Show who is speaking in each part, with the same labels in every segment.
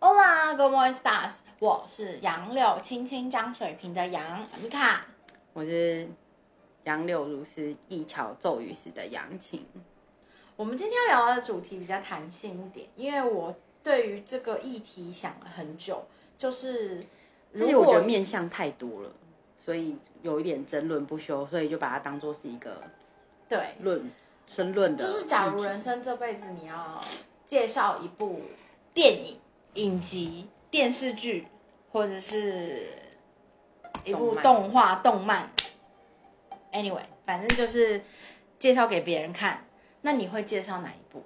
Speaker 1: 到 Good Morning Stars，我是杨柳青青江水平的杨米卡。
Speaker 2: 我是杨柳如丝，一桥骤雨时的杨晴。
Speaker 1: 我们今天要聊的主题比较弹性一点，因为我对于这个议题想了很久，就是
Speaker 2: 而
Speaker 1: 如
Speaker 2: 且我觉
Speaker 1: 果
Speaker 2: 得面相太多了，所以有一点争论不休，所以就把它当做是一个
Speaker 1: 对，
Speaker 2: 论申论的
Speaker 1: 就
Speaker 2: 议题。
Speaker 1: 是假如人生这辈子你要介绍一部电影、影集、电视剧，或者是一部动画、动漫，anyway，反正就是介绍给别人看，那你会介绍哪一部？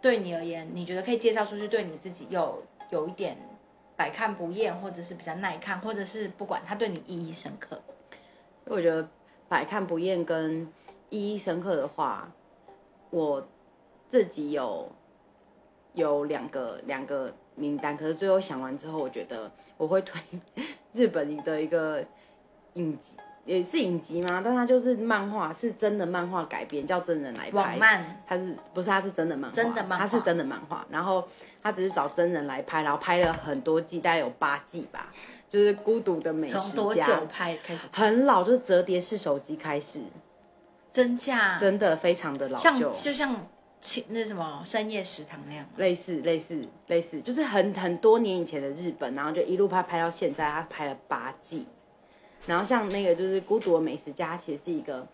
Speaker 1: 对你而言，你觉得可以介绍出去，对你自己又有一点百看不厌，或者是比较耐看，或者是不管它对你意义深刻。
Speaker 2: 我觉得百看不厌跟意义深刻的话，我自己有有两个两个名单，可是最后想完之后，我觉得我会推 日本的一个影集，也是影集吗？但它就是漫画，是真的漫画改编，叫真人来
Speaker 1: 网
Speaker 2: 拍。
Speaker 1: 漫
Speaker 2: 它是不是它是真的漫画？
Speaker 1: 真的漫画
Speaker 2: 它是真的漫画。然后它只是找真人来拍，然后拍了很多季，大概有八季吧。就是孤独的美食家。
Speaker 1: 从多久拍开始？
Speaker 2: 很老，就是折叠式手机开始，
Speaker 1: 真假？
Speaker 2: 真的非常的老
Speaker 1: 像
Speaker 2: 旧，
Speaker 1: 就像青那什么深夜食堂那样吗，
Speaker 2: 类似类似类似，就是很很多年以前的日本，然后就一路拍拍到现在，他拍了八季。然后像那个就是《孤独的美食家》，它其实是一个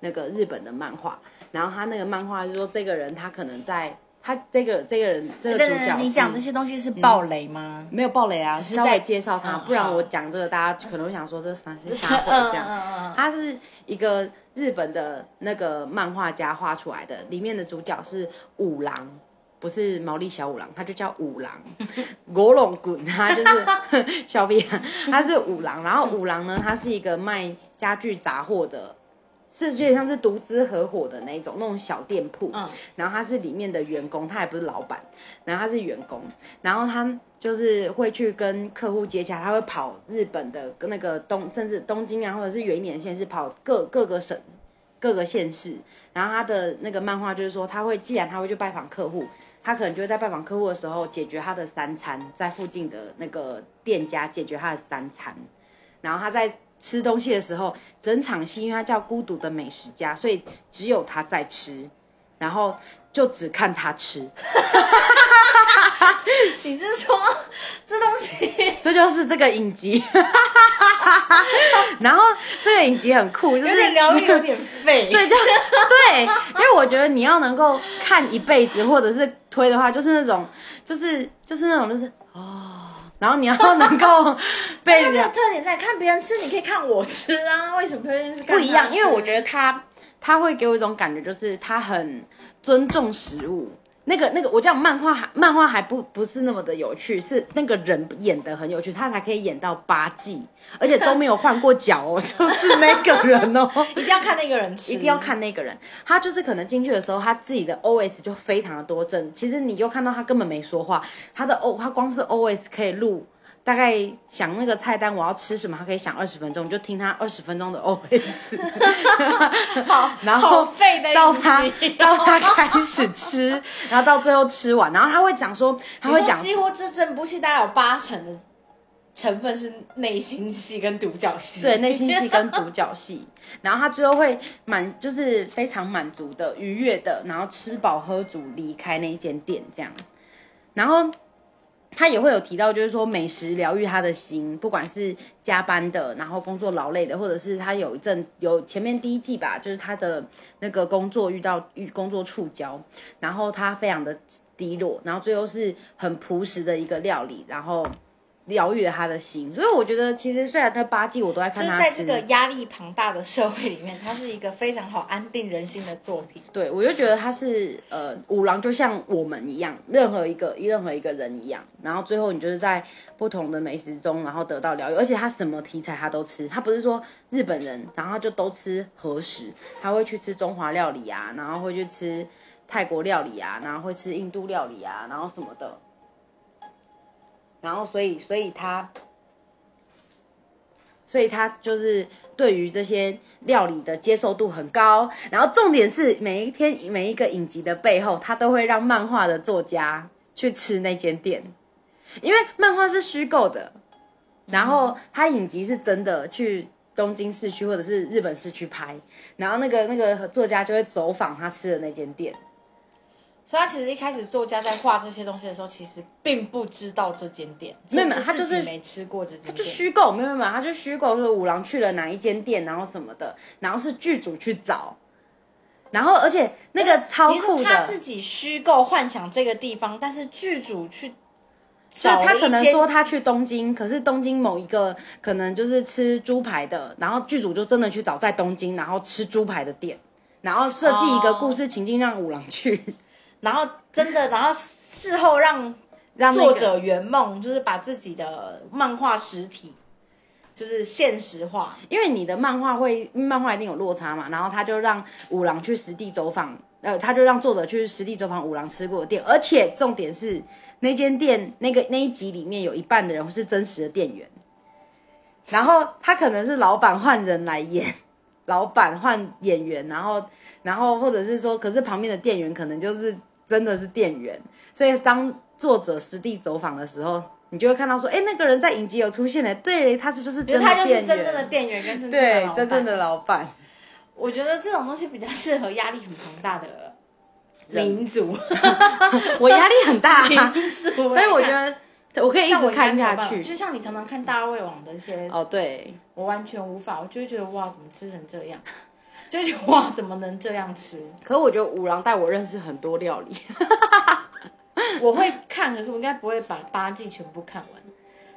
Speaker 2: 那个日本的漫画，然后他那个漫画就说这个人他可能在他这个这个人这个
Speaker 1: 等
Speaker 2: 主
Speaker 1: 等
Speaker 2: 角
Speaker 1: 等，
Speaker 2: 是，
Speaker 1: 你讲这些东西是嗯暴雷吗？
Speaker 2: 没有暴雷啊，
Speaker 1: 只是
Speaker 2: 稍
Speaker 1: 在
Speaker 2: 微介绍他，
Speaker 1: 嗯
Speaker 2: 不然
Speaker 1: 好
Speaker 2: 我讲这个大家可能会想说这 三是啥鬼
Speaker 1: 嗯
Speaker 2: 这样。
Speaker 1: 嗯嗯，
Speaker 2: 它是一个日本的那个漫画家画出来的，里面的主角是五郎，不是毛利小五郎，他就叫五郎， 国龙滚，他就是小屁孩，他是五郎。然后五郎呢，他是一个卖家具杂货的，是有点像是独资合伙的那一种那种小店铺。
Speaker 1: 嗯
Speaker 2: 然后他是里面的员工，他也不是老板，然后他是员工，然后他就是会去跟客户接洽，他会跑日本的那个东，甚至东京啊，或者是远一点的县市，跑各各个省、各个县市。然后他的那个漫画就是说，他会既然他会去拜访客户，他可能就会在拜访客户的时候解决他的三餐，在附近的那个店家解决他的三餐。然后他在吃东西的时候，整场戏因为他叫孤独的美食家，所以只有他在吃，然后就只看他吃，
Speaker 1: 你是说这东西
Speaker 2: 这就是这个影集。 然后这个影集很酷，就
Speaker 1: 有
Speaker 2: 是
Speaker 1: 点疗愈，有 点废？
Speaker 2: 对，就对，因为我觉得你要能够看一辈子，或者是推的话，就是那种，就是就是那种，就是哦，然后你要能够被
Speaker 1: 它
Speaker 2: 人
Speaker 1: 这
Speaker 2: 家
Speaker 1: 个特点在看别人吃，你可以看我吃啊，为什么偏偏是看
Speaker 2: 不一样，
Speaker 1: 他
Speaker 2: 因为我
Speaker 1: 吃
Speaker 2: 觉得他他会给我一种感觉，就是他很尊重食物。那个那个，我讲漫画还漫画还不不是那么的有趣，是那个人演的很有趣，他才可以演到八季，而且都没有换过脚哦，就是那个人哦。
Speaker 1: 一定要看那个人吃，
Speaker 2: 一定要。看那个人，他就是可能进去的时候，他自己的 OS 就非常的多正。其实你就看到他根本没说话，他的 O 他光是 OS 可以录，大概想那个菜单我要吃什么，他可以想二十分钟，你就听他二十分钟的 OS，
Speaker 1: 好，
Speaker 2: 然
Speaker 1: 好
Speaker 2: 后
Speaker 1: 废的
Speaker 2: 到
Speaker 1: 一集
Speaker 2: 他到他开始吃，然后到最后吃完，然后他会讲说，他
Speaker 1: 你
Speaker 2: 会
Speaker 1: 说
Speaker 2: 讲
Speaker 1: 几乎这整部戏大概有八成的成分是内心戏跟独角戏，
Speaker 2: 对，内心戏跟独角戏， 然后他最后会满，就是非常满足的、愉悦的，然后吃饱喝足离开那一间店这样。然后他也会有提到，就是说美食疗愈他的心，不管是加班的，然后工作劳累的，或者是他有一阵有前面第一季吧，就是他的那个工作遇到遇工作触礁，然后他非常的低落，然后最后是很朴实的一个料理，然后。疗愈了他的心，所以我觉得其实虽然那八季我都在
Speaker 1: 就
Speaker 2: 看
Speaker 1: 是
Speaker 2: 他
Speaker 1: 在
Speaker 2: 吃
Speaker 1: 这个压力庞大的社会里面，它是一个非常好安定人心的作品。
Speaker 2: 对，我就觉得他是呃，五郎就像我们一样，任何一个任何一个人一样，然后最后你就是在不同的美食中，然后得到疗愈，而且他什么题材他都吃，他不是说日本人，然后就都吃和食，他会去吃中华料理啊，然后会去吃泰国料理啊，然后会吃印度料理啊，然后什么的，然后所以所以他所以他就是对于这些料理的接受度很高。然后重点是每一天每一个影集的背后，他都会让漫画的作家去吃那间店。因为漫画是虚构的，然后它影集是真的去东京市区或者是日本市区拍，然后那个那个作家就会走访他吃的那间店。
Speaker 1: 所以他其实一开始作家在画这些东西的时候，其实并不知道这间店，
Speaker 2: 没有
Speaker 1: 甚至
Speaker 2: 他就是
Speaker 1: 自己没吃过这间
Speaker 2: 就
Speaker 1: 店。
Speaker 2: 虚构，没有没有没有，他就虚构说五郎去了哪一间店，然后什么的，然后是剧组去找，然后而且那个超
Speaker 1: 你是
Speaker 2: 酷
Speaker 1: 说他自
Speaker 2: 的，
Speaker 1: 己虚构幻想这个地方，但是剧组去
Speaker 2: 就
Speaker 1: 找
Speaker 2: 他
Speaker 1: 了
Speaker 2: 可能
Speaker 1: 一间
Speaker 2: 说他去东京，可是东京某一个可能就是吃猪排的，然后剧组就真的去找在东京，然后吃猪排的店，然后设计一个
Speaker 1: 哦
Speaker 2: 故事情境让五郎去，
Speaker 1: 然后真的，然后事后让
Speaker 2: 让、那
Speaker 1: 作
Speaker 2: 个、
Speaker 1: 者圆梦，就是把自己的漫画实体就是现实化。
Speaker 2: 因为你的漫画会，漫画一定有落差嘛，然后他就让五郎去实地走访，呃，他就让作者去实地走访五郎吃过的店，而且重点是那间店那个那一集里面有一半的人是真实的店员，然后他可能是老板换人来演，老板换演员，然后然后或者是说，可是旁边的店员可能就是真的是店员，所以当作者实地走访的时候。你就会看到说，哎、那个人在影集有出现的，对，他是就是
Speaker 1: 因
Speaker 2: 真
Speaker 1: 为
Speaker 2: 的
Speaker 1: 他就是
Speaker 2: 店
Speaker 1: 真
Speaker 2: 员
Speaker 1: 正的店员跟真正的老板
Speaker 2: 的老板，
Speaker 1: 我觉得这种东西比较适合压力很庞大的
Speaker 2: 人
Speaker 1: 民 族，
Speaker 2: 我压力很 大、啊，
Speaker 1: 民族。
Speaker 2: 所以我觉得我可以一
Speaker 1: 像我应
Speaker 2: 直
Speaker 1: 该
Speaker 2: 看
Speaker 1: 没有
Speaker 2: 下
Speaker 1: 办法
Speaker 2: 去。
Speaker 1: 就像你常常看大胃王的一些，
Speaker 2: 哦，对，
Speaker 1: 我完全无法，我就会觉得哇，怎么吃成这样？ 就会觉得哇，怎么能这样吃？
Speaker 2: 可我觉得五郎带我认识很多料理，
Speaker 1: 我会看，可是我应该不会把八季全部看完，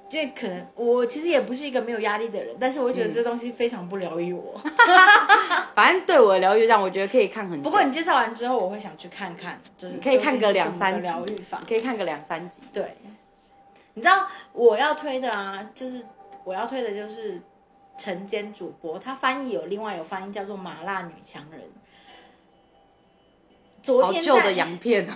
Speaker 1: 因为可能我其实也不是一个没有压力的人，但是我会觉得这东西非常不疗愈我。
Speaker 2: 嗯反正对我的疗愈让我觉得可以看很久。
Speaker 1: 不过你介绍完之后，我会想去看看，就是
Speaker 2: 你可以看
Speaker 1: 究竟
Speaker 2: 个
Speaker 1: 是
Speaker 2: 两
Speaker 1: 怎么
Speaker 2: 三
Speaker 1: 个疗
Speaker 2: 集
Speaker 1: 愈法，。
Speaker 2: 可以看个两三集。
Speaker 1: 对，你知道我要推的啊，就是我要推的就是晨间主播，他翻译有另外有翻译叫做《麻辣女强人》。昨
Speaker 2: 好
Speaker 1: 天
Speaker 2: 旧的
Speaker 1: 在
Speaker 2: 洋片哦，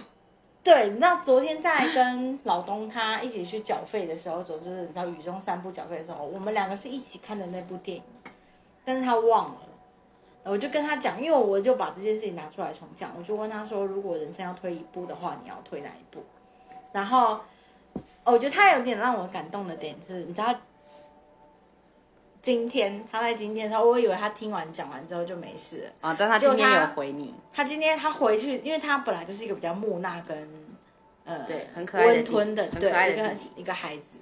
Speaker 1: 对，你知道昨天在跟老东他一起去缴费的时候，就是你知道雨中散步缴费的时候，我们两个是一起看的那部电影，但是他忘了。我就跟他讲，因为我就把这件事情拿出来重讲，我就问他说，如果人生要推一部的话，你要推哪一部？然后，哦我觉得他有点让我感动的点是，你知道，今天他在今天的时候，我以为他听完讲完之后就没事了，
Speaker 2: 啊，但他今天有回 你，
Speaker 1: 他今天他回去，因为他本来就是一个比较木讷跟呃
Speaker 2: 对很可爱的
Speaker 1: 温吞的，
Speaker 2: 弟弟很可爱
Speaker 1: 对一
Speaker 2: 的
Speaker 1: 个
Speaker 2: 弟
Speaker 1: 一个孩子，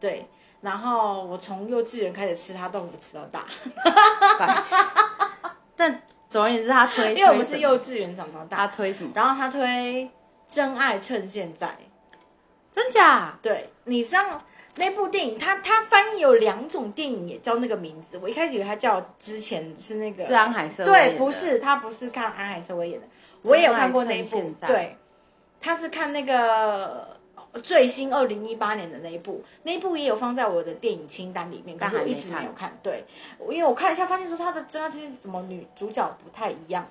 Speaker 1: 对。然后我从幼稚园开始吃他豆腐，吃到大，
Speaker 2: 白痴但总而言之，他推，
Speaker 1: 因为我们是
Speaker 2: 推什么
Speaker 1: 幼稚园长到大。
Speaker 2: 他推什么？
Speaker 1: 然后他推《真爱趁现在》，
Speaker 2: 真假？
Speaker 1: 对你上那部电影，他他翻译有两种电影也叫那个名字，我一开始以为他叫之前是那个
Speaker 2: 是啊安海瑟薇演
Speaker 1: 对，
Speaker 2: 的
Speaker 1: 不是，他不是看安海瑟薇演的，我也有看过那一
Speaker 2: 真爱
Speaker 1: 部
Speaker 2: 趁现，在
Speaker 1: 对，他是看那个最新二零一八年的那一部，那一部也有放在我的电影清单里面，可
Speaker 2: 但
Speaker 1: 是我
Speaker 2: 还
Speaker 1: 一
Speaker 2: 没
Speaker 1: 直
Speaker 2: 看
Speaker 1: 没有看。对，我因为我看了一下，发现说他的真爱是怎么女主角不太一样。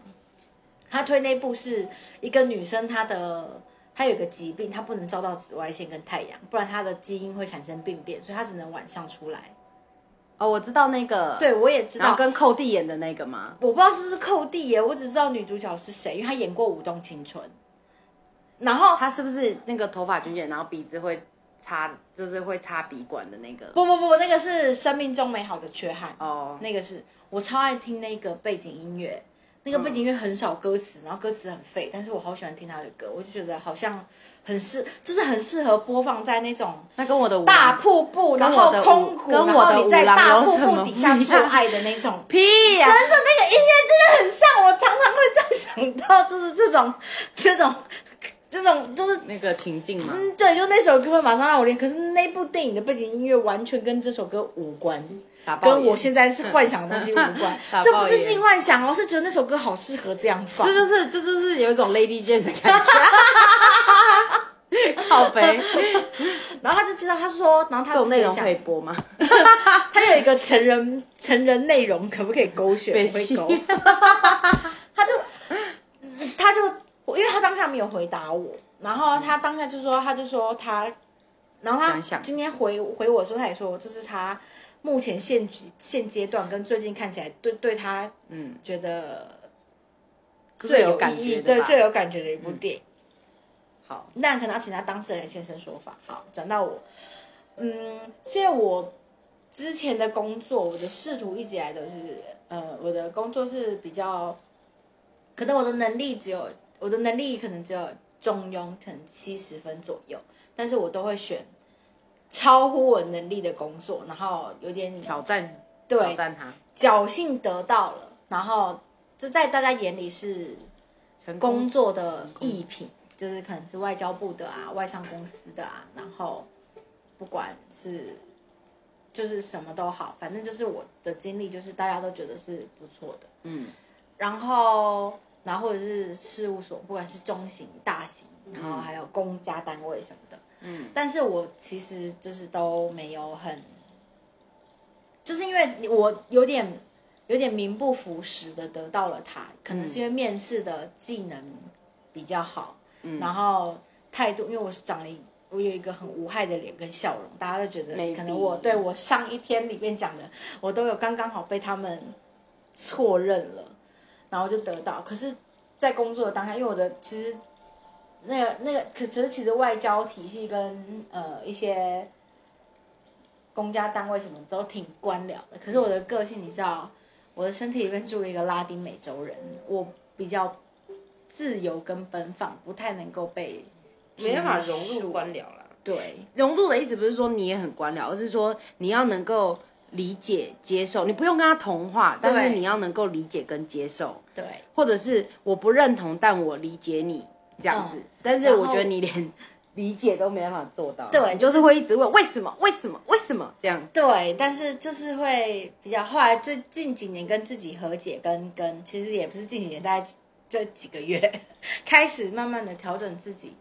Speaker 1: 他推那部是一个女生，她的她有个疾病，她不能照到紫外线跟太阳，不然她的基因会产生病变，所以她只能晚上出来。
Speaker 2: 哦，我知道那个，，
Speaker 1: 对我也知
Speaker 2: 然
Speaker 1: 道
Speaker 2: 后，跟寇弟演的那个吗？
Speaker 1: 我不知道是不是寇弟耶，我只知道女主角是谁，因为她演过《舞动青春》，然后
Speaker 2: 哦他是不是那个头发卷卷，然后鼻子会插，就是会插鼻管的那个？
Speaker 1: 不不不，那个是生命中美好的缺憾，
Speaker 2: 哦，
Speaker 1: 那个是我超爱听那个背景音乐，那个背景音乐很少歌词，然后歌词很废，但是我好喜欢听她的歌，我就觉得好像很适，就是很适合播放在那种。
Speaker 2: 那跟我的舞
Speaker 1: 大瀑布，
Speaker 2: 跟
Speaker 1: 然
Speaker 2: 我
Speaker 1: 后
Speaker 2: 的舞
Speaker 1: 空谷，
Speaker 2: 跟我的
Speaker 1: 然后你在
Speaker 2: 舞郎
Speaker 1: 大
Speaker 2: 有
Speaker 1: 瀑
Speaker 2: 什
Speaker 1: 布
Speaker 2: 么
Speaker 1: 底
Speaker 2: 不
Speaker 1: 下
Speaker 2: 一
Speaker 1: 做
Speaker 2: 样，
Speaker 1: 爱的那种
Speaker 2: 屁啊呀、
Speaker 1: 真的那个音乐真的很像，我常常会这样想到，就是这种、这种、这种，就是
Speaker 2: 那个情境嘛，
Speaker 1: 嗯，对，就那首歌会马上让我练。可是那部电影的背景音乐完全跟这首歌无关，
Speaker 2: 打爆
Speaker 1: 跟我
Speaker 2: 眼
Speaker 1: 现在是幻想的东西无关
Speaker 2: 打。
Speaker 1: 这
Speaker 2: 爆
Speaker 1: 不是
Speaker 2: 眼
Speaker 1: 性幻想哦，是觉得那首歌好适合这样放
Speaker 2: 这。就是这就是有一种 Lady Jane 的感觉，好呗，
Speaker 1: 然后他就知道，他说，然后他
Speaker 2: 这种内容
Speaker 1: 自己
Speaker 2: 可
Speaker 1: 也
Speaker 2: 以
Speaker 1: 讲，
Speaker 2: 播吗？
Speaker 1: 他有一个成人成人内容，可不可以勾选？
Speaker 2: 被
Speaker 1: 我会
Speaker 2: 气
Speaker 1: 勾。 他就嗯他就因为他当下没有回答我，然后他当下就说，他就说他，然后
Speaker 2: 想
Speaker 1: 他
Speaker 2: 想
Speaker 1: 今天回回我的时候，他也说，这是他目前现现阶段跟最近看起来对对他
Speaker 2: 嗯，
Speaker 1: 觉得
Speaker 2: 最
Speaker 1: 最
Speaker 2: 有
Speaker 1: 有
Speaker 2: 感
Speaker 1: 意义
Speaker 2: 觉的
Speaker 1: 对
Speaker 2: 吧嗯
Speaker 1: 最有感觉的一部电影。
Speaker 2: 好，
Speaker 1: 那可能要请他当事人现身说法。好，转到我，嗯，是因为我之前的工作，我的仕途一直以来都是，呃，我的工作是比较，可能我的能力只有我的能力可能只有中庸，可能七十分左右，但是我都会选超乎我能力的工作，然后有点
Speaker 2: 挑战，挑
Speaker 1: 对
Speaker 2: 战他，
Speaker 1: 侥幸得到了，然后这在大家眼里是
Speaker 2: 成
Speaker 1: 工
Speaker 2: 功
Speaker 1: 作的艺品，就是可能是外交部的啊，外商公司的啊，然后不管是就是什么都好，反正就是我的经历，就是大家都觉得是不错的。
Speaker 2: 嗯，
Speaker 1: 然后，然后或者是事务所，不管是中型、大型，然后还有公家单位什么的，
Speaker 2: 嗯，
Speaker 1: 但是我其实就是都没有很，就是因为我有点有点名不符实的得到了它，可能是因为面试的技能比较好，
Speaker 2: 嗯
Speaker 1: 然后态度，因为我是长了一。我有一个很无害的脸跟笑容，大家都觉得
Speaker 2: Maybe
Speaker 1: 可能我对我上一篇里面讲的，我都有刚刚好被他们错认了，然后就得到。可是，在工作的当下，因为我的其实那个那个，可是其实外交体系跟呃一些公家单位什么都挺官僚的。可是我的个性，你知道，我的身体里面住了一个拉丁美洲人，我比较自由跟奔放，不太能够被
Speaker 3: 没办法
Speaker 1: 拘
Speaker 3: 融入
Speaker 1: 束
Speaker 3: 官僚啦。
Speaker 1: 对。
Speaker 2: 融入的意思不是说你也很官僚，而是说你要能够理解、接受，你不用跟他同化，但是
Speaker 1: 对
Speaker 2: 你要能够理解跟接受，
Speaker 1: 对，
Speaker 2: 或者是我不认同，但我理解你这样子。
Speaker 1: 嗯
Speaker 2: 但是
Speaker 1: 然后
Speaker 2: 我觉得你连理解都没办法做到，
Speaker 1: 对
Speaker 2: 你就是会一直问为什么、为什么、为什么这样。
Speaker 1: 对，但是就是会比较后来最近几年跟自己和解跟，跟其实也不是近几年，大概这几个月开始慢慢的调整自己，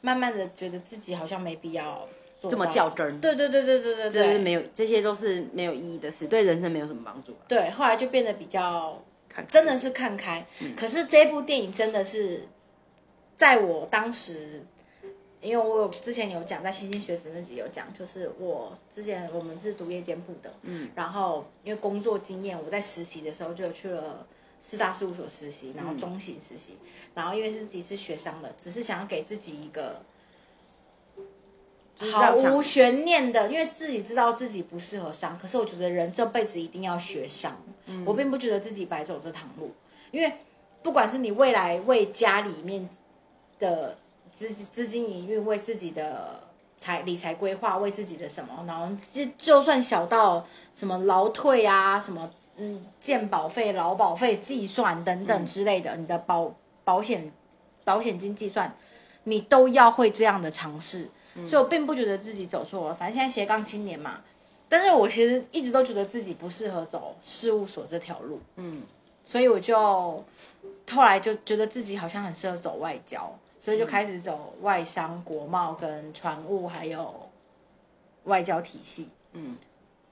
Speaker 1: 慢慢的觉得自己好像没必要做
Speaker 2: 这么
Speaker 1: 到
Speaker 2: 较真
Speaker 1: 对对对对对对
Speaker 2: 这是
Speaker 1: 对，
Speaker 2: 没有，这些都是没有意义的事，对人生没有什么帮助啊、
Speaker 1: 对，后来就变得比较
Speaker 2: 看看
Speaker 1: 真的是看开。可是这部电影真的是，在我当时，因为我有之前有讲，在《星星学子》那集有讲，就是我之前我们是读夜间部的，嗯，然后因为工作经验，我在实习的时候就有去了。四大事务所实习，然后中型实习，然后因为是自己是学商的，只是想要给自己一个
Speaker 2: 就是
Speaker 1: 毫
Speaker 2: 让想
Speaker 1: 无悬念的，因为自己知道自己不适合商，可是我觉得人这辈子一定要学商。
Speaker 2: 嗯
Speaker 1: 我并不觉得自己白走这趟路，因为不管是你未来为家里面的资资金营运，为自己的财理财规划，为自己的什么，然后就就算小到什么劳退啊，什么嗯健保费、劳保费计算等
Speaker 2: 嗯
Speaker 1: 等之类的，你的保保险保险金计算，你都要会这样的尝试。
Speaker 2: 嗯
Speaker 1: 所以我并不觉得自己走错了，反正现在斜杠青年嘛。但是我其实一直都觉得自己不适合走事务所这条路，
Speaker 2: 嗯，
Speaker 1: 所以我就后来就觉得自己好像很适合走外交，所以就开始走外商、国贸跟船务，还有外交体系。
Speaker 2: 嗯，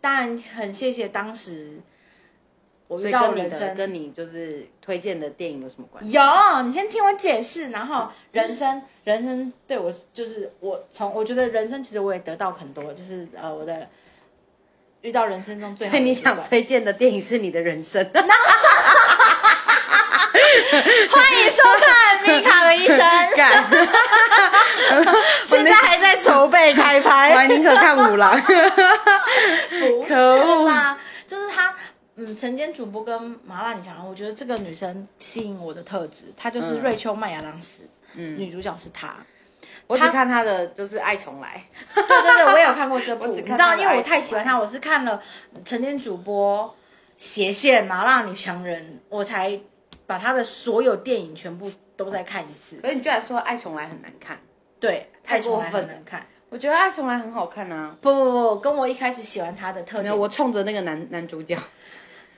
Speaker 1: 当然很谢谢当时我
Speaker 2: 所
Speaker 1: 遇
Speaker 2: 以
Speaker 1: 到
Speaker 2: 跟你
Speaker 1: 人
Speaker 2: 的
Speaker 1: 生
Speaker 2: 跟你就是推荐的电影有什么关系？
Speaker 1: 有，你先听我解释，然后人生，人生对我就是我从我觉得人生其实我也得到很多，就是呃我的遇到人生中最好
Speaker 2: 所
Speaker 1: 的
Speaker 2: 以你
Speaker 1: 习惯
Speaker 2: 想推荐的电影是你的人生，，
Speaker 1: 欢迎收看《米卡的医生》
Speaker 2: 干，
Speaker 1: 现在还在筹备开
Speaker 2: 我
Speaker 1: 拍，
Speaker 2: 还宁可看五郎。
Speaker 1: 不是
Speaker 2: 可恶
Speaker 1: 啦，就是他。嗯，晨间主播跟麻辣女强人，我觉得这个女生吸引我的特质，她就是
Speaker 2: 嗯
Speaker 1: 瑞秋麦亚当斯，
Speaker 2: 嗯
Speaker 1: 女主角是她。
Speaker 2: 我只看他的就是《爱重来
Speaker 1: 对对对，我也有看过这部，
Speaker 2: 我只
Speaker 1: 你
Speaker 2: 看
Speaker 1: 知道，
Speaker 2: 他的
Speaker 1: 因为我
Speaker 2: 爱
Speaker 1: 太
Speaker 2: 情
Speaker 1: 喜欢他，我是看了晨间主播斜线麻辣女强人，我才把他的所有电影全部都再看一次》，。
Speaker 2: 可是你居然说《爱重来》很难看，
Speaker 1: 对，
Speaker 2: 太
Speaker 1: 太过
Speaker 2: 过分
Speaker 1: 分
Speaker 2: 了
Speaker 1: 能看。
Speaker 2: 我觉得《爱重来》很好看啊。
Speaker 1: 不不不，跟我一开始喜欢他的特
Speaker 2: 没
Speaker 1: 点
Speaker 2: 有，，我冲着那个男男主角，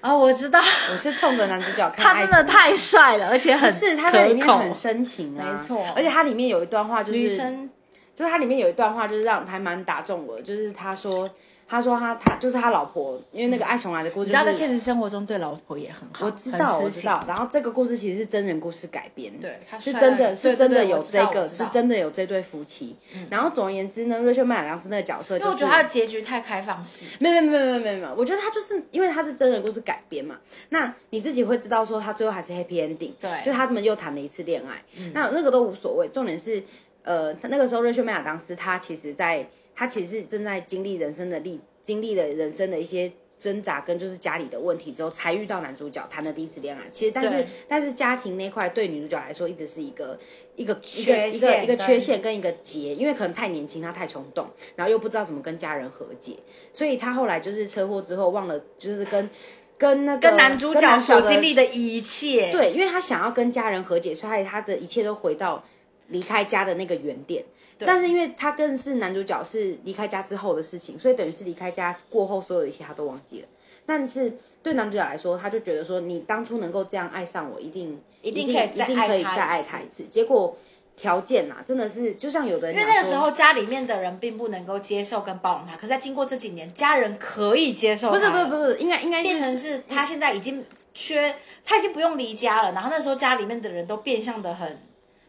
Speaker 1: 哦，我知道，
Speaker 2: 我是冲着男主角看。
Speaker 1: 他真的太帅了，而且很
Speaker 2: 是他在里面
Speaker 1: 可口
Speaker 2: 很深情啊，
Speaker 1: 没错
Speaker 2: 而且他里面有一段话就是
Speaker 1: 女生
Speaker 2: 就是它里面有一段话，就是让还蛮打中我的，就是他说，他说他他就是他老婆，因为那个爱琼来的故事、
Speaker 1: 你
Speaker 2: 就
Speaker 1: 知
Speaker 2: 是，
Speaker 1: 道在现实生活中对老婆也很好，
Speaker 2: 我知道
Speaker 1: 很
Speaker 2: 我
Speaker 1: 痴
Speaker 2: 知
Speaker 1: 情
Speaker 2: 道，，然后这个故事其实是真人故事改编，
Speaker 1: 对，他
Speaker 2: 是
Speaker 1: 帅
Speaker 2: 真
Speaker 1: 到
Speaker 2: 的
Speaker 1: 你
Speaker 2: 是真的有
Speaker 1: 对
Speaker 2: 这，
Speaker 1: 对对
Speaker 2: 个
Speaker 1: 我知道
Speaker 2: 是
Speaker 1: 我知道
Speaker 2: 真的有这对夫妻。然后总而言之呢，瑞秋麦尔当斯那个角色、
Speaker 1: 因
Speaker 2: 就是，
Speaker 1: 为我觉得他的结局太开放式，
Speaker 2: 没有没有没有没有没有，我觉得他就是因为他是真人故事改编嘛，那你自己会知道说他最后还是 happy ending，
Speaker 1: 对
Speaker 2: 就他们又谈了一次恋爱，那那个都无所谓，重点是。呃，他那个时候瑞秋·麦亚当斯他其实在他其实是正在经历人生的历经历了人生的一些挣扎跟就是家里的问题之后，才遇到男主角谈的第一次恋爱。其实但是
Speaker 1: 对
Speaker 2: 但是家庭那块对女主角来说一直是一个一个一
Speaker 1: 缺
Speaker 2: 个一个
Speaker 1: 陷
Speaker 2: 一个
Speaker 1: 跟
Speaker 2: 缺陷跟一个结，因为可能太年轻，她太冲动，然后又不知道怎么跟家人和解，所以她后来就是车祸之后忘了就是跟。跟那个
Speaker 1: 跟男主角所
Speaker 2: 的
Speaker 1: 经历的一切，
Speaker 2: 对，因为他想要跟家人和解，所以他的一切都回到离开家的那个原点。但是因为他更是男主角是离开家之后的事情，所以等于是离开家过后所有的一切他都忘记了。但是对男主角来说，他就觉得说，你当初能够这样爱上我，一定一
Speaker 1: 定可以
Speaker 2: 一
Speaker 1: 再
Speaker 2: 定
Speaker 1: 爱
Speaker 2: 可以
Speaker 1: 他一
Speaker 2: 再爱
Speaker 1: 次
Speaker 2: 他一次。结果条件啊，真的是就像有的人
Speaker 1: 因为
Speaker 2: 讲
Speaker 1: 那个时
Speaker 2: 说
Speaker 1: 候家里面的人并不能够接受跟包容他，可是在经过这几年，家人可以接受
Speaker 2: 不
Speaker 1: 他
Speaker 2: 是
Speaker 1: 了，
Speaker 2: 不是不是，应该应该
Speaker 1: 变
Speaker 2: 是
Speaker 1: 成是他现在已经缺，他已经不用离家了。然后那时候家里面的人都变相的很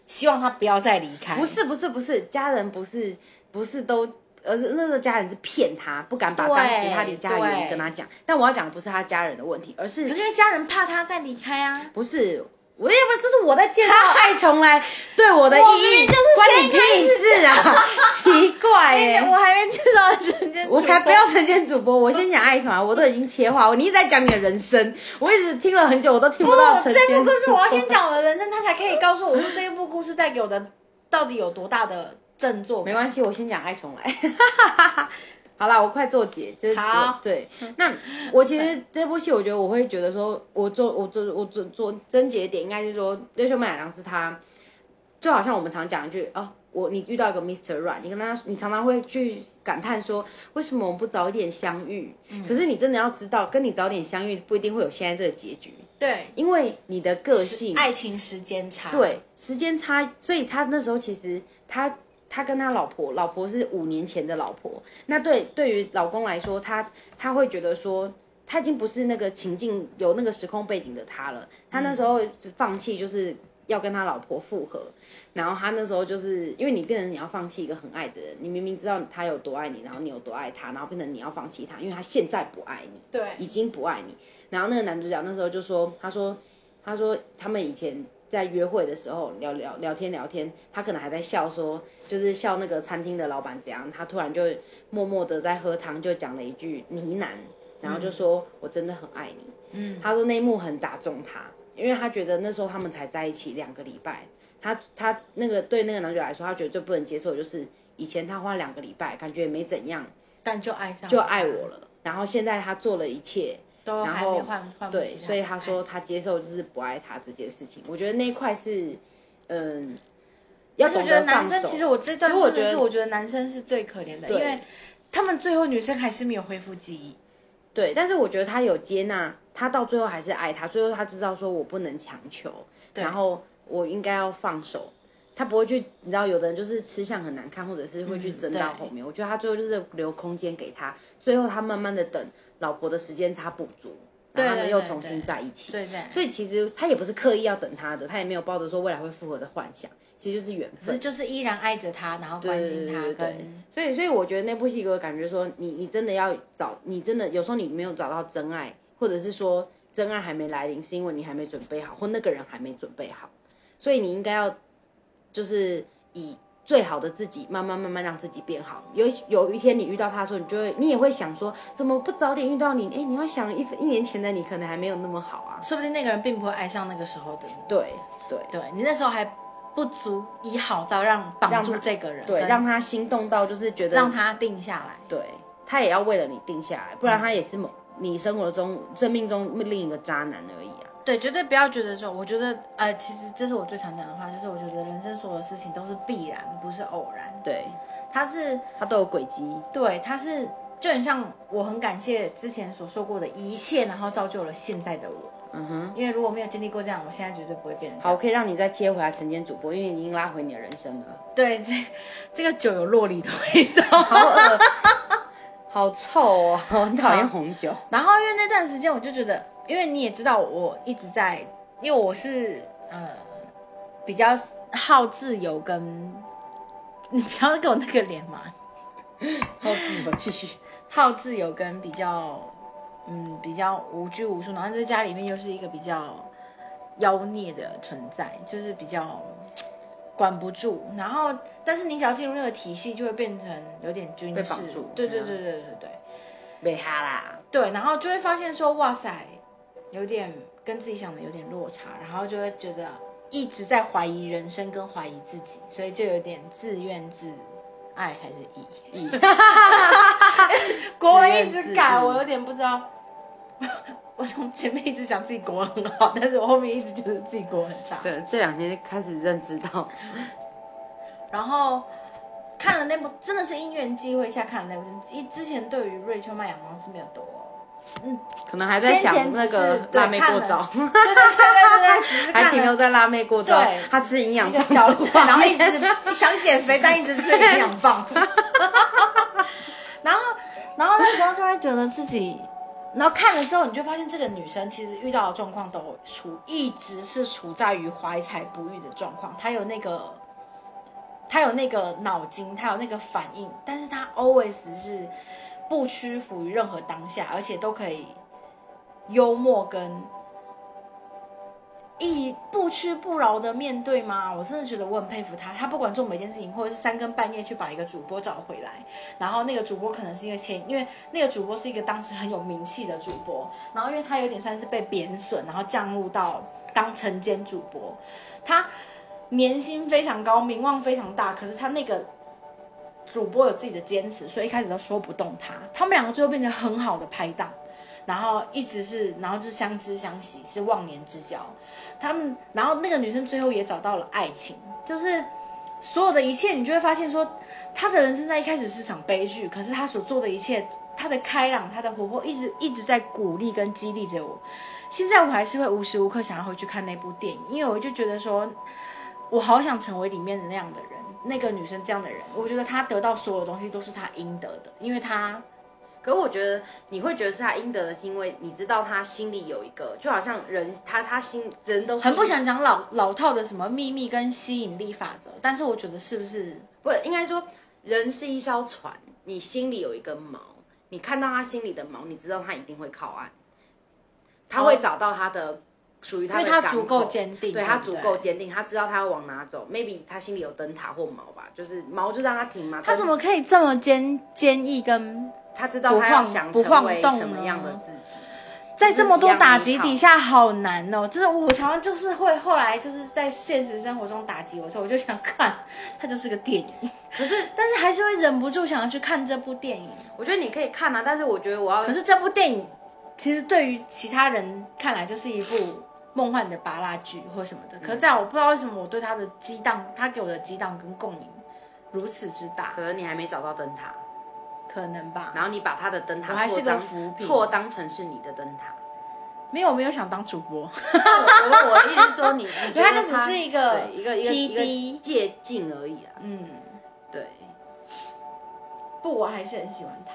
Speaker 1: 希望他不要再离开，
Speaker 2: 不是不是不是，家人不是不是都，而是那时候家人是骗他，不敢把
Speaker 1: 对
Speaker 2: 当时他离家的原因
Speaker 1: 对
Speaker 2: 跟他讲。但我要讲的不是他家人的问题，而
Speaker 1: 可
Speaker 2: 是
Speaker 1: 是因为家人怕他再离开啊。
Speaker 2: 不是我也不，这是我在介绍爱从来对我的意
Speaker 1: 我明
Speaker 2: 义，
Speaker 1: 明就是
Speaker 2: 关你
Speaker 1: 先哎
Speaker 2: 屁 事啊！奇怪耶、
Speaker 1: 我还没介绍陈建，
Speaker 2: 我才不要呈现主播，我先讲爱从来，我都已经切话，我你一直在讲你的人生，我一直听了很久，我都听
Speaker 1: 不
Speaker 2: 到陈
Speaker 1: 这
Speaker 2: 建
Speaker 1: 部故事，
Speaker 2: 主
Speaker 1: 我要
Speaker 2: 播
Speaker 1: 先讲我的人生，他才可以告诉我说这部故事带给我的到底有多大的振作
Speaker 2: 没
Speaker 1: 感。
Speaker 2: 关系，我先讲爱重来。好啦，我快做结，就是
Speaker 1: 好
Speaker 2: 对。那我其实这部戏，我觉得我会觉得说，我做我做我做做症结点，应该是说，瑞秋麦亚当斯他，就好像我们常讲一句哦，我你遇到一个 Mr. Right，你跟他，你常常会去感叹说，为什么我们不早一点相遇？可是你真的要知道，跟你早点相遇不一定会有现在这个结局，
Speaker 1: 对，
Speaker 2: 因为你的个性、
Speaker 1: 爱情时间差，，
Speaker 2: 对，时间差，所以他那时候其实他他跟他老婆，老婆是五年前的老婆。那对对于老公来说，他他会觉得说，他已经不是那个情境有那个时空背景的他了。他那时候就放弃就是要跟他老婆复合，然后他那时候就是因为你变成你要放弃一个很爱的人，你明明知道他有多爱你，然后你有多爱他，然后变成你要放弃他，因为他现在不爱你。
Speaker 1: 对
Speaker 2: 已经不爱你。然后那个男主角那时候就说，他说，他说他们以前在约会的时候聊聊聊天聊天，他可能还在笑说，就是笑那个餐厅的老板怎样，他突然就默默的在喝汤，就讲了一句呢喃，然后就说、我真的很爱你。嗯，他说那一幕很打中他，因为他觉得那时候他们才在一起两个礼拜，他他那个对那个男主角来说，他觉得最不能接受的就是以前他花两个礼拜，感觉也没怎样，
Speaker 1: 但就爱上，
Speaker 2: 就爱我，了。然后现在他做了一切，
Speaker 1: 都还没换换不
Speaker 2: 对，
Speaker 1: 起
Speaker 2: 所以他说他接受就是不爱他这件事情。我觉得那一块是，嗯，要
Speaker 1: 我
Speaker 2: 懂
Speaker 1: 觉得
Speaker 2: 得
Speaker 1: 男
Speaker 2: 放手。
Speaker 1: 生其实我这段
Speaker 2: 其实我
Speaker 1: 真的
Speaker 2: 觉
Speaker 1: 是
Speaker 2: 得
Speaker 1: 我觉得男生是最可怜的，因
Speaker 2: 对
Speaker 1: 为他们最后女生还是没有恢复记忆。
Speaker 2: 对，但是我觉得他有接纳，他到最后还是爱他，最后他知道说我不能强求，然后我应该要放手。他不会去，你知道，有的人就是吃相很难看，或者是会去争
Speaker 1: 嗯
Speaker 2: 到
Speaker 1: 对
Speaker 2: 后面。我觉得他最后就是留空间给他，最后他慢慢的等老婆的时间差补足，然后他
Speaker 1: 对
Speaker 2: 们
Speaker 1: 对
Speaker 2: 又
Speaker 1: 对
Speaker 2: 重新
Speaker 1: 对
Speaker 2: 在一起。
Speaker 1: 对对，
Speaker 2: 所以其实他也不是刻意要等他的，他也没有抱着说未来会复合的幻想，其实就是缘
Speaker 1: 只是
Speaker 2: 分。
Speaker 1: 就是依然爱着他，然后关心他
Speaker 2: 对对，对
Speaker 1: 跟
Speaker 2: 所以所以我觉得那部戏给我感觉说，你你真的要找，你真的有时候你没有找到真爱，或者是说真爱还没来临，是因为你还没准备好，或那个人还没准备好，所以你应该要就是以。最好的自己，慢慢慢慢让自己变好。有有一天你遇到他的时候，你就会，你也会想说，怎么不早点遇到你？哎，你要想一一年前的你可能还没有那么好啊。
Speaker 1: 说不定那个人并不会爱上那个时候的你。
Speaker 2: 对对，
Speaker 1: 对你那时候还不足以好到让绑住这个人，
Speaker 2: 对，
Speaker 1: 跟
Speaker 2: 让他心动到就是觉得
Speaker 1: 让他定下来。
Speaker 2: 对他也要为了你定下来，不然他也是某你生活中生命中另一个渣男而已啊。
Speaker 1: 对，绝对不要觉得说，我觉得呃，其实这是我最常讲的话，就是我觉得人生所有的事情都是必然，不是偶然。
Speaker 2: 对
Speaker 1: 它是
Speaker 2: 他都有轨迹，
Speaker 1: 对，它是就很像我很感谢之前所说过的一切，然后造就了现在的我。
Speaker 2: 嗯哼。
Speaker 1: 因为如果没有经历过这样，我现在绝对不会变成这
Speaker 2: 好，我
Speaker 1: 样。
Speaker 2: 可以让你再切回来晨间主播，因为你已经拉回你的人生了。
Speaker 1: 对，这这个酒有洛里的味道。
Speaker 2: 好恶， 好臭哦，我很讨厌红酒。
Speaker 1: 然后因为那段时间，我就觉得，因为你也知道，我一直在，因为我是呃比较好自由跟，你不要给我那个脸嘛，
Speaker 2: 好，自由继续。
Speaker 1: 好自由跟比较，嗯，比较无拘无束，然后在家里面又是一个比较妖孽的存在，就是比较管不住，然后但是你只要进入那个体系，就会变成有点军
Speaker 2: 被
Speaker 1: 事
Speaker 2: 绑住，
Speaker 1: 对对
Speaker 2: 嗯
Speaker 1: 对对对对
Speaker 2: 被哈啦，
Speaker 1: 对，然后就会发现说哇塞，有点跟自己想的有点落差，然后就会觉得一直在怀疑人生跟怀疑自己，所以就有点自怨自艾还是以。国文一直改，我有点不知道。 我从前面一直讲自己国文很好，但是我后面一直觉得自己国文很差。
Speaker 2: 对，这两天开始认知到，
Speaker 1: 然后看了那部，真的是因缘机会下看了那部。一之前对于瑞秋麦阳光是没有多，
Speaker 2: 可能还在想
Speaker 1: 先前
Speaker 2: 那
Speaker 1: 只是
Speaker 2: 个
Speaker 1: 对
Speaker 2: 辣妹过招，
Speaker 1: 对对对对对，只是
Speaker 2: 还停
Speaker 1: 看
Speaker 2: 留
Speaker 1: 了
Speaker 2: 在辣妹过招
Speaker 1: 对，
Speaker 2: 她吃营养
Speaker 1: 一个
Speaker 2: 棒
Speaker 1: 小， 然后
Speaker 2: 后
Speaker 1: 一 直想减肥，但一直吃营养 棒。然后，然后那时候就会觉得自己，然后看了之后，你就发现这个女生其实遇到的状况都处一直是处在于怀才不遇的状况，她有那个。她有那个脑筋，她有那个反应，但是她 always 是不屈服于任何当下，而且都可以幽默跟一不屈不挠的面对吗？我真的觉得我很佩服他，他不管做每件事情，或者是三更半夜去把一个主播找回来，然后那个主播可能是一个前，因为那个主播是一个当时很有名气的主播，然后因为他有点算是被贬损，然后降入到当晨间主播，他年薪非常高，名望非常大，可是他那个主播有自己的坚持，所以一开始都说不动他，他们两个最后变成很好的拍档。然后一直是，然后就相知相惜，是忘年之交。他们，然后那个女生最后也找到了爱情，就是所有的一切，你就会发现说，她的人生在一开始是场悲剧，可是她所做的一切，她的开朗，她的活泼，一直一直在鼓励跟激励着我。现在我还是会无时无刻想要回去看那部电影，因为我就觉得说，我好想成为里面的那样的人，那个女生这样的人。我觉得她得到所有东西都是她应得的，因为她
Speaker 2: 可我觉得你会觉得是他应得的，是因为你知道他心里有一个，就好像人他他心人都是
Speaker 1: 很不想讲老老套的什么秘密跟吸引力法则，但是我觉得是不是
Speaker 2: 不应该说人是一艘船，你心里有一根锚，你看到他心里的锚，你知道他一定会靠岸，他会找到他的属于
Speaker 1: 哦因
Speaker 2: 他
Speaker 1: 为
Speaker 2: 的
Speaker 1: 她
Speaker 2: 港
Speaker 1: 足
Speaker 2: 口
Speaker 1: 够坚定，
Speaker 2: 对他
Speaker 1: 不
Speaker 2: 足够坚定，他知道他要往哪走。Maybe 他心里有灯塔或锚吧，就是锚就让他停嘛。
Speaker 1: 他怎么可以这么坚坚毅跟
Speaker 2: 但是他知道他要想
Speaker 1: 不晃
Speaker 2: 成
Speaker 1: 不
Speaker 2: 为
Speaker 1: 晃动
Speaker 2: 什么
Speaker 1: 呢
Speaker 2: 样的自己？
Speaker 1: 在这么多打击底下好难哦？就是我常常就是会后来就是在现实生活中打击我的时候，我就想看，它就是个电影，
Speaker 2: 可是
Speaker 1: 但是还是会忍不住想要去看这部电影。
Speaker 2: 我觉得你可以看啊，但是我觉得我要
Speaker 1: 可是这部电影其实对于其他人看来就是一部梦幻的拔蜡剧或什么的，可是在我不知道为什么我对它的激荡，它给我的激荡跟共鸣如此之大，
Speaker 2: 可能你还没找到灯塔，
Speaker 1: 可能吧。
Speaker 2: 然后你把他的灯塔
Speaker 1: 我还
Speaker 2: 错
Speaker 1: 是个
Speaker 2: 当
Speaker 1: 伏笔
Speaker 2: 错当成是你的灯 塔。
Speaker 1: 没有没有想当主播，
Speaker 2: 我我我的意思是说你， 你觉得
Speaker 1: 他就只是一个
Speaker 2: 对一个一个一
Speaker 1: PD
Speaker 2: 个借镜而已啊。
Speaker 1: 嗯。
Speaker 2: 对，
Speaker 1: 不，我还是很喜欢她，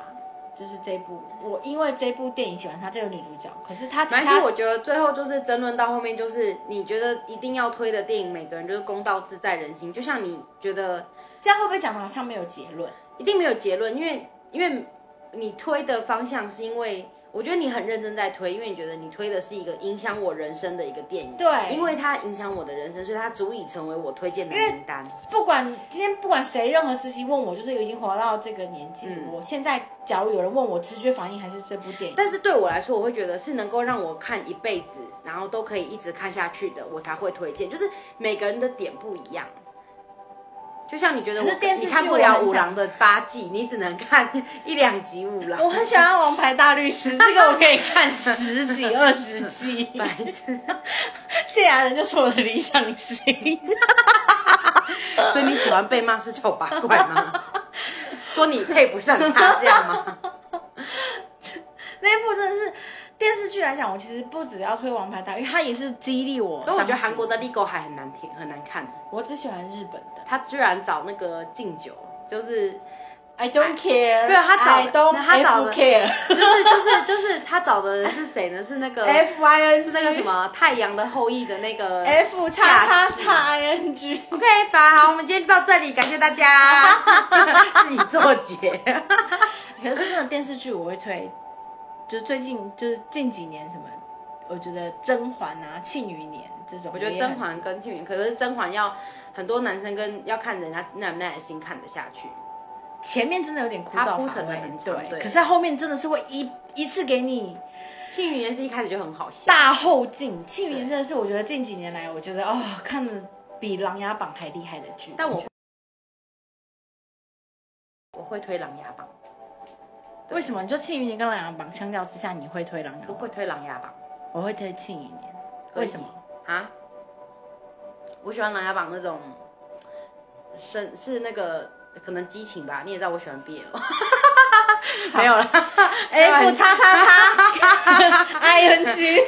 Speaker 1: 就是这部，我因为这部电影喜欢她这个女主角。可是她其
Speaker 2: 反正
Speaker 1: 他
Speaker 2: 我觉得最后就是争论到后面，就是你觉得一定要推的电影，每个人就是公道自在人心。就像你觉得
Speaker 1: 这样会不会讲的好像没有结论？
Speaker 2: 一定没有结论，因为因为你推的方向是因为我觉得你很认真在推，因为你觉得你推的是一个影响我人生的一个电影。
Speaker 1: 对
Speaker 2: 因为它影响我的人生，所以它足以成为我推荐的名单。
Speaker 1: 不管今天不管谁任何时期问我，就是已经活到这个年纪，我现在假如有人问我，直觉反应还是这部电影。
Speaker 2: 嗯但是对我来说，我会觉得是能够让我看一辈子，然后都可以一直看下去的，我才会推荐。就是每个人的点不一样。就像你觉得我
Speaker 1: 可是电视剧
Speaker 2: 你看不
Speaker 1: 我很
Speaker 2: 了
Speaker 1: 想
Speaker 2: 五郎的八季，你只能看一两集五郎。
Speaker 1: 我很喜欢《王牌大律师》，这个我可以 看十几、二十集。
Speaker 2: 白痴，
Speaker 1: 芥雅人就是我的理想型。
Speaker 2: 所以你喜欢被骂是丑八怪吗？ 说你配不上他这样 吗？
Speaker 1: 那一部真的是电视剧来讲，我其实不只要推《王牌大律师》，它也是激励我。
Speaker 2: 可我觉得韩国，的《l e g o 还很难听，很难看。
Speaker 1: 我只喜欢日本的。
Speaker 2: 他居然找那个敬酒，就是。
Speaker 1: I don't care
Speaker 2: 对他找
Speaker 1: I don't
Speaker 2: 他找
Speaker 1: F
Speaker 2: 的
Speaker 1: care
Speaker 2: 就是就是就是他找的是谁呢？是那 个
Speaker 1: F Y N
Speaker 2: 是
Speaker 1: G
Speaker 2: 那个什么太阳的后裔的那个
Speaker 1: F 叉叉叉 I N G。
Speaker 2: OK，法好，我们今天就到这里，感谢大 家，自己作结。
Speaker 1: 可是真的电视剧我会推，就是最近就是近几年什么我觉得《甄嬛》啊，《庆余年》这种，
Speaker 2: 我觉得《甄嬛》跟《庆余年》，可是《甄嬛》要很多男生跟要看人家耐不耐心看得下去。
Speaker 1: 前面真的有点枯燥
Speaker 2: 它铺
Speaker 1: 乏
Speaker 2: 陈得
Speaker 1: 味
Speaker 2: 很长
Speaker 1: 对，
Speaker 2: 对
Speaker 1: 可是它后面真的是会一一次给你
Speaker 2: 《庆余年》是一开始就很好笑，
Speaker 1: 大后劲，《庆余年》真的是我觉得近几年来，我觉得哦，看了比《琅琊榜》还厉害的剧。
Speaker 2: 但
Speaker 1: 觉
Speaker 2: 我
Speaker 1: 得
Speaker 2: 我会推《琅琊榜
Speaker 1: 为什么你说《庆余年》跟《琅琊榜》相较之下，你会推《琅》，琊
Speaker 2: 我
Speaker 1: 榜
Speaker 2: 会》？推《琅琊榜
Speaker 1: 我会推《庆余年》，
Speaker 2: 可以
Speaker 1: 为什么？》
Speaker 2: 啊。我喜欢《琅琊榜》那种，是是那个可能激情吧，你也知道我喜欢哎 BL，没 有啦。
Speaker 1: F 哎叉叉叉 I N G，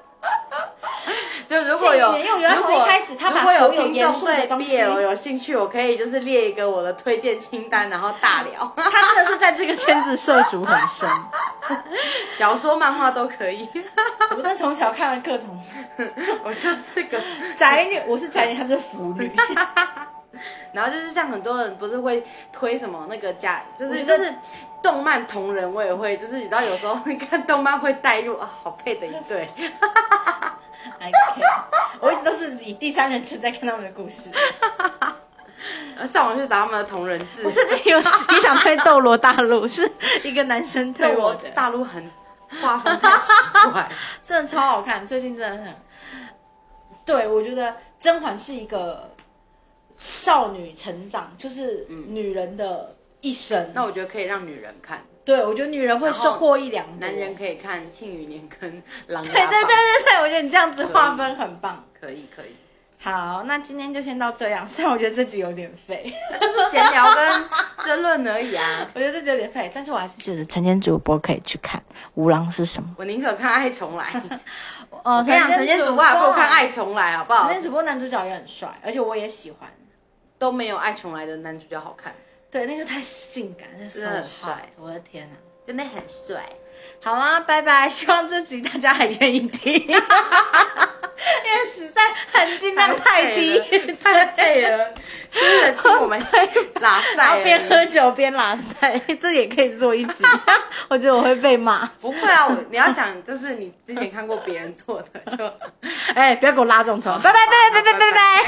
Speaker 2: 就如果有，
Speaker 1: 庆余年因为我觉得
Speaker 2: 如
Speaker 1: 从
Speaker 2: 果
Speaker 1: 一开始他把
Speaker 2: 如果有
Speaker 1: 所有
Speaker 2: 听
Speaker 1: 严
Speaker 2: 众
Speaker 1: 肃的
Speaker 2: 对
Speaker 1: 东西
Speaker 2: BL 有兴趣，我可以就是列一个我的推荐清单，然后大 聊
Speaker 1: 他真的是在这个圈子涉足很深。
Speaker 2: 小说、漫画都可以。
Speaker 1: 我真的从小看了各种
Speaker 2: 我就是个，
Speaker 1: 宅女，我是宅女，她是腐女。
Speaker 2: 然后就是像很多人不是会推什么那个家，就
Speaker 1: 我
Speaker 2: 是
Speaker 1: 觉
Speaker 2: 就
Speaker 1: 得
Speaker 2: 是动漫同人，我也会，就是你知道有时候看动漫会带入啊，好配的一对。
Speaker 1: OK，我一直都是以第三人称在看他们的故事。
Speaker 2: 然后上网去找他们的同人志，
Speaker 1: 我最近有你想推《斗罗大陆》，是一个男生推
Speaker 2: 对
Speaker 1: 我
Speaker 2: 我
Speaker 1: 的，
Speaker 2: 大陆很画风太奇怪。
Speaker 1: 真的超好看，最近真的很。对，我觉得甄嬛是一个少女成长，就是女人的一生。
Speaker 2: 嗯那我觉得可以让女人看，
Speaker 1: 对，我觉得女人会收获一两多
Speaker 2: 男人可以看《庆余年》跟《琅琊
Speaker 1: 对
Speaker 2: 榜》。
Speaker 1: 对对对对，我觉得你这样子划分很棒。
Speaker 2: 可以可以，
Speaker 1: 好，那今天就先到这样。虽然我觉得这集有点废，
Speaker 2: 就是闲聊跟争论而已啊。
Speaker 1: 我觉得这集有点废，但是我还是觉得晨间主播可以去看《吴郎》是什么。
Speaker 2: 我宁可看《爱重来》，
Speaker 1: 哦，
Speaker 2: 我跟你讲，陈建主播还不如看《爱重来》好不好
Speaker 1: 晨？间主播男主角也很帅，而且我也喜欢。
Speaker 2: 都没有《爱重来》的男主角好看，
Speaker 1: 对，那个太性感，那
Speaker 2: 真的
Speaker 1: 手
Speaker 2: 很
Speaker 1: 好
Speaker 2: 帅，
Speaker 1: 我的天哪、
Speaker 2: 真的很帅。啊
Speaker 1: 好啦，拜拜！希望这集大家还愿意听， 因为实在含金量 太低，
Speaker 2: 太配了，真的听我们拉
Speaker 1: 然后
Speaker 2: 塞
Speaker 1: 边喝
Speaker 2: 而已。
Speaker 1: 酒边拉塞，这也可以做一集。 我觉得我会被骂，
Speaker 2: 不会啊，我你要想，就是你之前看过别人做的，就
Speaker 1: 哎、不要给我拉这种头！拜拜拜拜拜拜拜拜。